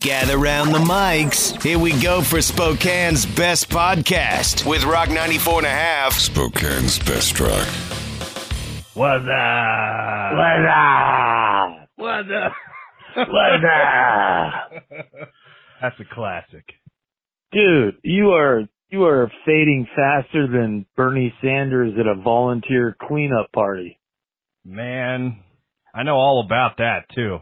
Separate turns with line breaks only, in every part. Gather round the mics. Here we go for Spokane's best podcast with Rock 94 and a half.
Spokane's best rock.
What's up? What's up?
What's up?
What's up?
That's a classic.
Dude, you are you are fading faster than Bernie Sanders at a volunteer cleanup party.
Man, I know all about that too.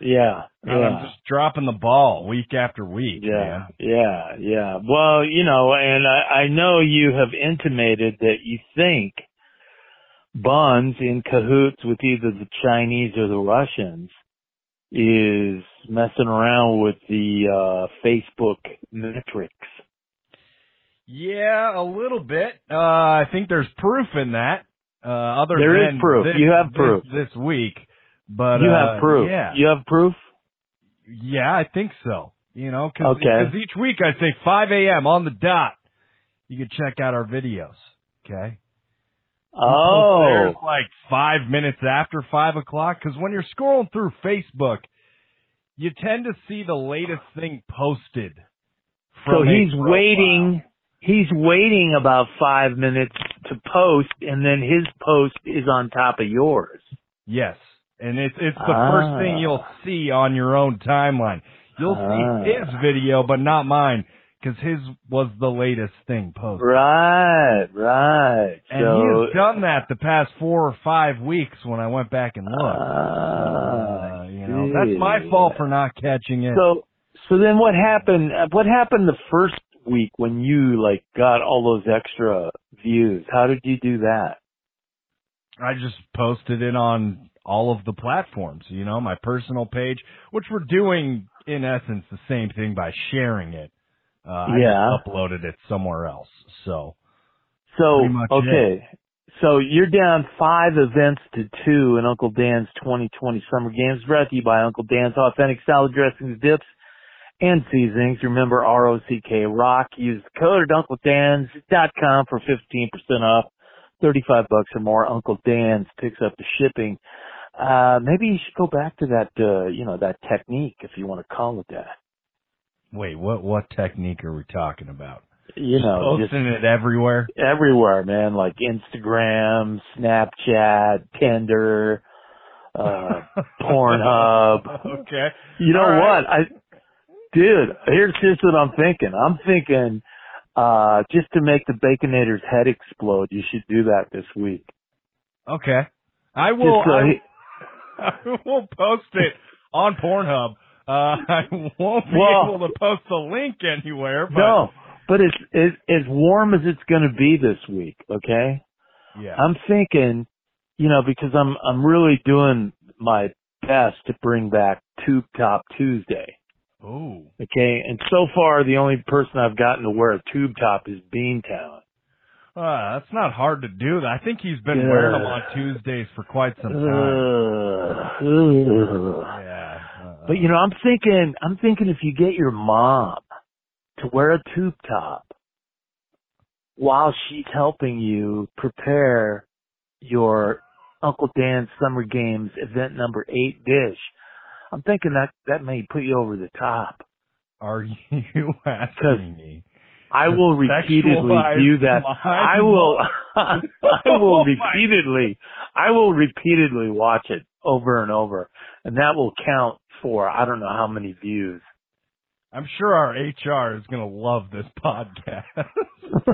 Yeah.
Man,
yeah.
I'm just dropping the ball week after week.
Yeah,
man.
yeah, yeah. Well, you know, and I, I know you have intimated that you think Bonds in cahoots with either the Chinese or the Russians is messing around with the uh, Facebook metrics.
Yeah, a little bit. Uh, I think there's proof in that. Uh, other
There is
than
proof.
This,
You have
this-
proof.
this, week, but
you
uh,
have proof.
Yeah,
You have proof.
yeah, I think so. You know, because
Okay.
each week I say 5 a.m. on the dot. You can check out our videos. Okay.
Oh,
There's like five minutes after five o'clock. Because when you're scrolling through Facebook, you tend to see the latest thing posted.
so
from a
he's
profile.
waiting. He's waiting about five minutes to post, and then his post is on top of yours.
Yes, and it's it's the
Ah.
first thing you'll see on your own timeline. You'll
Ah.
see his video, but not mine, because his was the latest thing posted.
Right, right.
And
so,
he's done that the past four or five weeks when I went back and
uh,
looked.
Ah,
Uh, you know, that's my fault for not catching it.
So, so then what happened? uh, What happened the first week when you like got all those extra views? How did you do that?
I just posted it on all of the platforms, you know, my personal page, which we're doing in essence the same thing by sharing it. Uh,
Yeah.
I just uploaded it somewhere else. So
So,
Pretty much
okay. So you're down five events to two in Uncle Dan's 2020 Summer Games brought to you by Uncle Dan's Authentic Salad Dressings, Dips, and Seasonings. Remember R-O-C-K Rock. Use the code at UncleDan's.com for 15% off. 35 bucks or more. Uncle Dan's picks up the shipping. Uh, maybe you should go back to that, uh, you know, that technique if you want to call it that.
wait, what, what technique are we talking about?
You know, just
Posting it everywhere?
everywhere, man, like Instagram, Snapchat, Tinder, uh, Pornhub.
okay.
You know
All right.
what? I, dude, here's, here's what I'm thinking. I'm thinking, uh, just to make the Baconator's head explode, you should do that this week.
Okay. I
Just
will,
so
I,
he-
will post it on Pornhub. Uh, I won't be
Well-
able to post the link anywhere, but
no, but it's, it's as warm as it's going to be this week. Okay.
yeah.
I'm thinking, you know, because I'm, I'm really doing my best to bring back Tube Top Tuesday.
Ooh.
Okay, and so far the only person I've gotten to wear a tube top is Beantown.
Uh, that's not hard to do. I think he's been
Yeah. Uh,
wearing them on Tuesdays for quite some time.
Ugh. Ugh.
yeah. Uh,
But you know, I'm thinking, I'm thinking if you get your mom to wear a tube top while she's helping you prepare your Uncle Dan's Summer Games event number eight dish, I'm thinking that that may put you over the top.
are you asking me?
I
to
will repeatedly
sexualize
do that.
my
I will. I
Oh
will
my-
repeatedly. I will repeatedly watch it over and over, and that will count for I don't know how many views.
I'm sure our HR is going to love this podcast.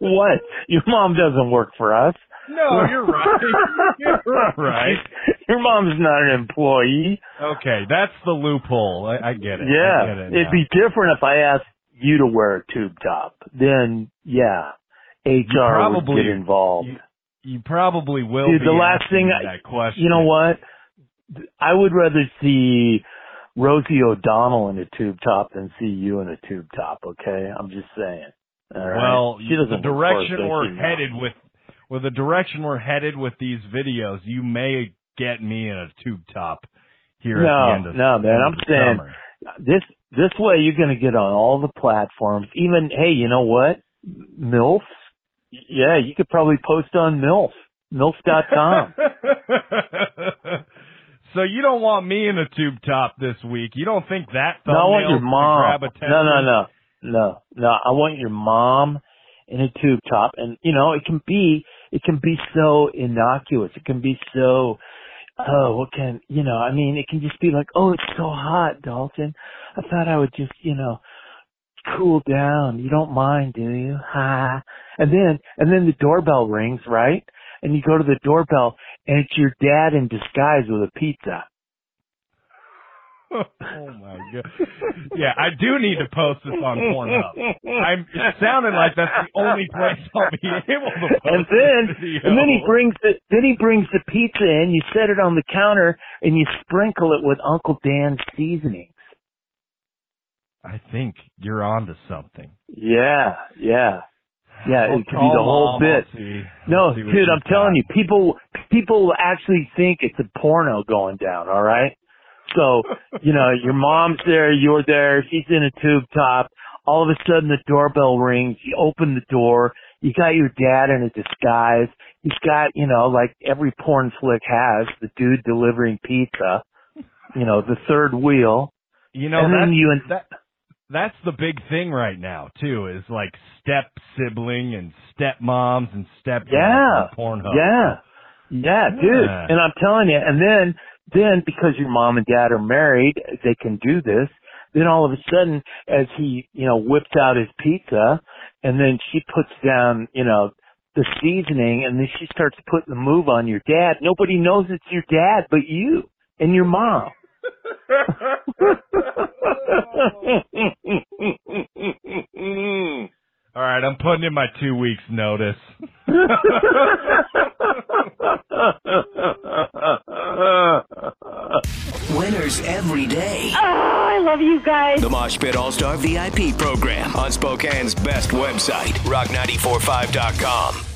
what? Your mom doesn't work for us.
no, Oh, you're right. You're right.
Your mom's not an employee.
Okay, that's the loophole. I, I get it. I get
Yeah,
it
it'd
now.
be different if I asked you to wear a tube top. Then, yeah, HR would
probably-
get involved.
you- You probably will.
Dude,
be
the last
asking
thing
me
I-
that question.
You know what? I would rather see Rosie O'Donnell in a tube top than see you in a tube top. Okay, I'm just saying. All right?
Well,
she doesn't.
the direction
work for us,
we're
does she?
headed with, with the direction we're headed with these videos, you may get me in a tube top here at
No,
the end of
no,
end
man,
of
I'm
the
saying-
summer.
This this way, you're going to get on all the platforms. Even hey, you know what? Milfs. Yeah, you could probably post on Milf. Milf.com.
So you don't want me in a tube top this week. You don't think that
No, I want
thumbnail's
your
gonna
mom.
grab attention?
No, no, no, no, no. I want your mom in a tube top, and you know it can be it can be so innocuous. It can be so oh, what can you know? I mean, it can just be like, oh, it's so hot, Dalton. I thought I would just you know cool down. You don't mind, do you? Ha. And then and then the doorbell rings, right? And you go to the doorbell, and it's your dad in disguise with a pizza.
oh my god. Yeah, I do need to post this on Pornhub.
Oh.
I'm it sounded like that's the only place I'll be able to post
and
this
then
video.
and then he brings the then he brings the pizza in. You set it on the counter and you sprinkle it with Uncle Dan's seasonings.
I think you're onto something.
Yeah, yeah, yeah.
I'll
It could be
call
the whole
Mom,
bit.
I'll see.
No,
I'll see what
dude,
she's
I'm telling
got.
you, people people actually think it's a porno going down. All right, so you know your mom's there, you're there, she's in a tube top. All of a sudden, the doorbell rings. You open the door. You got your dad in a disguise. He's got you know like every porn flick has the dude delivering pizza. You know the third wheel,
You know,
and
that's,
then you and
that that's the big thing right now too is like step sibling and stepmoms and step
Yeah.
Pornhub.
Yeah. Yeah, dude.
Oh. Yeah.
And I'm telling you, and then, then because your mom and dad are married, they can do this. Then all of a sudden, as he, you know, whips out his pizza and then she puts down, you know, the seasoning and then she starts putting the move on your dad. Nobody knows it's your dad but you and your mom.
All right, I'm putting in my two weeks notice.
Winners every day.
Oh, I love you guys.
The Mosh Pit All Star VIP program on Spokane's best website, rock945.com.